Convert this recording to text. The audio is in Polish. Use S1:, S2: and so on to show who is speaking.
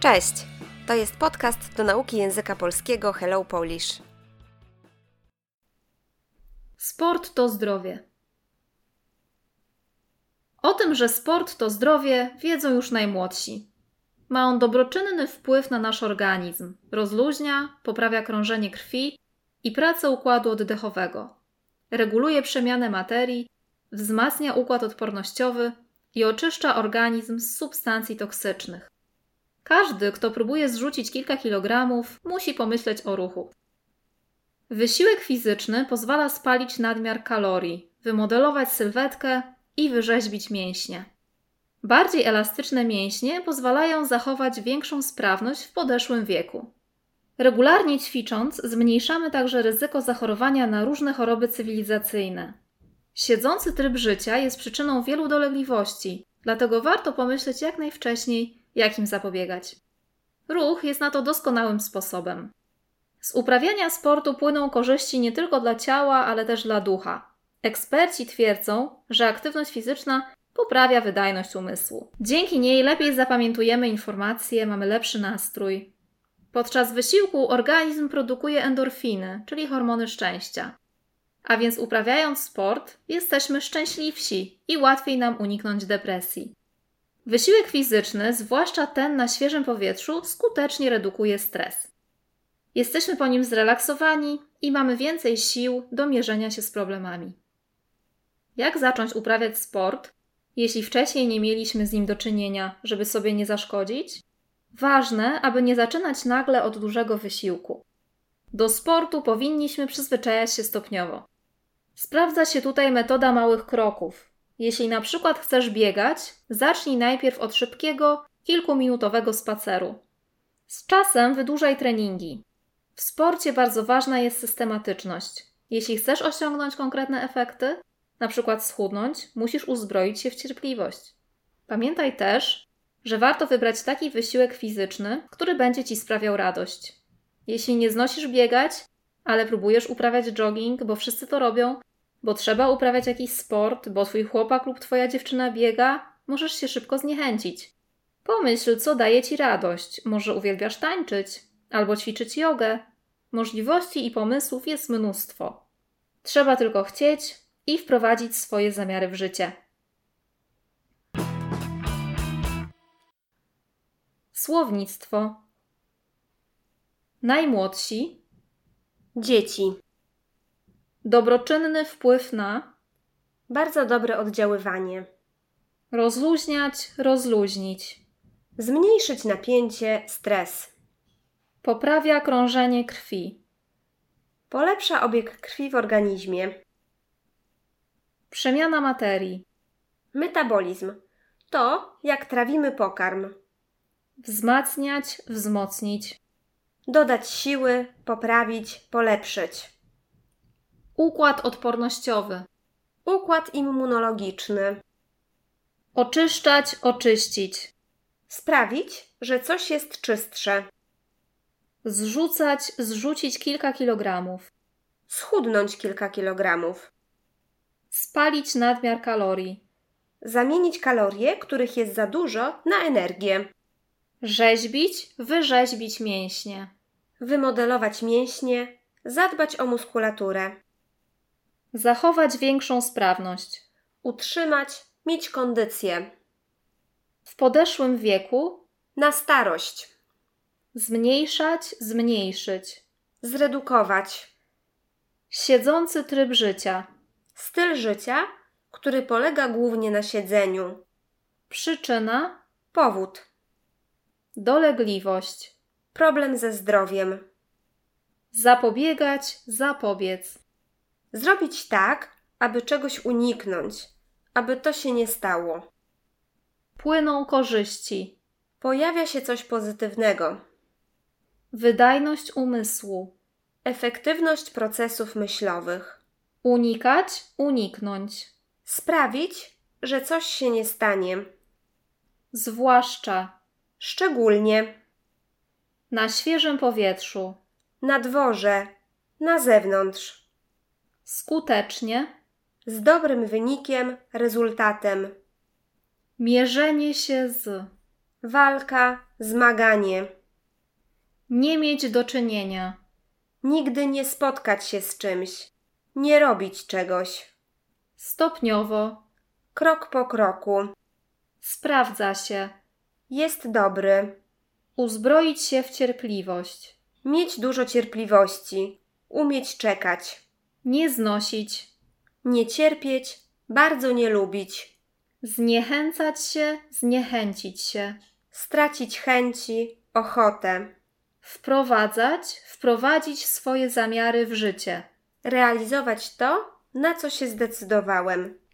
S1: Cześć! To jest podcast do nauki języka polskiego Hello Polish.
S2: Sport to zdrowie. O tym, że sport to zdrowie, wiedzą już najmłodsi. Ma on dobroczynny wpływ na nasz organizm, rozluźnia, poprawia krążenie krwi i pracę układu oddechowego, reguluje przemianę materii, wzmacnia układ odpornościowy i oczyszcza organizm z substancji toksycznych. Każdy, kto próbuje zrzucić kilka kilogramów, musi pomyśleć o ruchu. Wysiłek fizyczny pozwala spalić nadmiar kalorii, wymodelować sylwetkę i wyrzeźbić mięśnie. Bardziej elastyczne mięśnie pozwalają zachować większą sprawność w podeszłym wieku. Regularnie ćwicząc, zmniejszamy także ryzyko zachorowania na różne choroby cywilizacyjne. Siedzący tryb życia jest przyczyną wielu dolegliwości, dlatego warto pomyśleć jak najwcześniej, jak im zapobiegać. Ruch jest na to doskonałym sposobem. Z uprawiania sportu płyną korzyści nie tylko dla ciała, ale też dla ducha. Eksperci twierdzą, że aktywność fizyczna poprawia wydajność umysłu. Dzięki niej lepiej zapamiętujemy informacje, mamy lepszy nastrój. Podczas wysiłku organizm produkuje endorfiny, czyli hormony szczęścia. A więc uprawiając sport, jesteśmy szczęśliwsi i łatwiej nam uniknąć depresji. Wysiłek fizyczny, zwłaszcza ten na świeżym powietrzu, skutecznie redukuje stres. Jesteśmy po nim zrelaksowani i mamy więcej sił do mierzenia się z problemami. Jak zacząć uprawiać sport, jeśli wcześniej nie mieliśmy z nim do czynienia, żeby sobie nie zaszkodzić? Ważne, aby nie zaczynać nagle od dużego wysiłku. Do sportu powinniśmy przyzwyczajać się stopniowo. Sprawdza się tutaj metoda małych kroków. Jeśli na przykład chcesz biegać, zacznij najpierw od szybkiego, kilkuminutowego spaceru. Z czasem wydłużaj treningi. W sporcie bardzo ważna jest systematyczność. Jeśli chcesz osiągnąć konkretne efekty, na przykład schudnąć, musisz uzbroić się w cierpliwość. Pamiętaj też, że warto wybrać taki wysiłek fizyczny, który będzie ci sprawiał radość. Jeśli nie znosisz biegać, ale próbujesz uprawiać jogging, bo wszyscy to robią, bo trzeba uprawiać jakiś sport, bo twój chłopak lub twoja dziewczyna biega, możesz się szybko zniechęcić. Pomyśl, co daje ci radość. Może uwielbiasz tańczyć albo ćwiczyć jogę. Możliwości i pomysłów jest mnóstwo. Trzeba tylko chcieć i wprowadzić swoje zamiary w życie. Słownictwo. Najmłodsi
S1: Dzieci.
S2: dobroczynny wpływ na
S1: Bardzo dobre oddziaływanie.
S2: rozluźniać, rozluźnić.
S1: Zmniejszyć napięcie, stres.
S2: Poprawia krążenie krwi.
S1: Polepsza obieg krwi w organizmie.
S2: Przemiana materii.
S1: Metabolizm. To, jak trawimy pokarm.
S2: Wzmacniać, wzmocnić.
S1: Dodać siły, poprawić, polepszyć.
S2: Układ odpornościowy.
S1: Układ immunologiczny.
S2: Oczyszczać, oczyścić.
S1: Sprawić, że coś jest czystsze.
S2: Zrzucać, zrzucić kilka kilogramów.
S1: Schudnąć kilka kilogramów.
S2: Spalić nadmiar kalorii.
S1: Zamienić kalorie, których jest za dużo, na energię.
S2: Rzeźbić, wyrzeźbić mięśnie.
S1: Wymodelować mięśnie, zadbać o muskulaturę,
S2: Zachować większą sprawność.
S1: utrzymać, mieć kondycję.
S2: W podeszłym wieku
S1: Na starość,
S2: zmniejszać, zmniejszyć.
S1: zredukować.
S2: Siedzący tryb życia.
S1: Styl życia, który polega głównie na siedzeniu.
S2: Przyczyna
S1: Powód:
S2: dolegliwość.
S1: problem ze zdrowiem.
S2: Zapobiegać, zapobiec.
S1: Zrobić tak, aby czegoś uniknąć, aby to się nie stało.
S2: Płyną korzyści.
S1: Pojawia się coś pozytywnego.
S2: Wydajność umysłu.
S1: Efektywność procesów myślowych.
S2: Unikać, uniknąć.
S1: Sprawić, że coś się nie stanie.
S2: Zwłaszcza
S1: Szczególnie
S2: na świeżym powietrzu.
S1: na dworze, na zewnątrz.
S2: Skutecznie.
S1: Z dobrym wynikiem, rezultatem.
S2: Mierzenie się z
S1: walka, zmaganie.
S2: Nie mieć do czynienia.
S1: Nigdy nie spotkać się z czymś, nie robić czegoś.
S2: Stopniowo.
S1: Krok po kroku.
S2: Sprawdza się.
S1: Jest dobry.
S2: Uzbroić się w cierpliwość.
S1: Mieć dużo cierpliwości. Umieć czekać.
S2: Nie znosić.
S1: Nie cierpieć, bardzo nie lubić.
S2: Zniechęcać się, zniechęcić się.
S1: Stracić chęci, ochotę.
S2: Wprowadzać, wprowadzić swoje zamiary w życie.
S1: Realizować to, na co się zdecydowałem.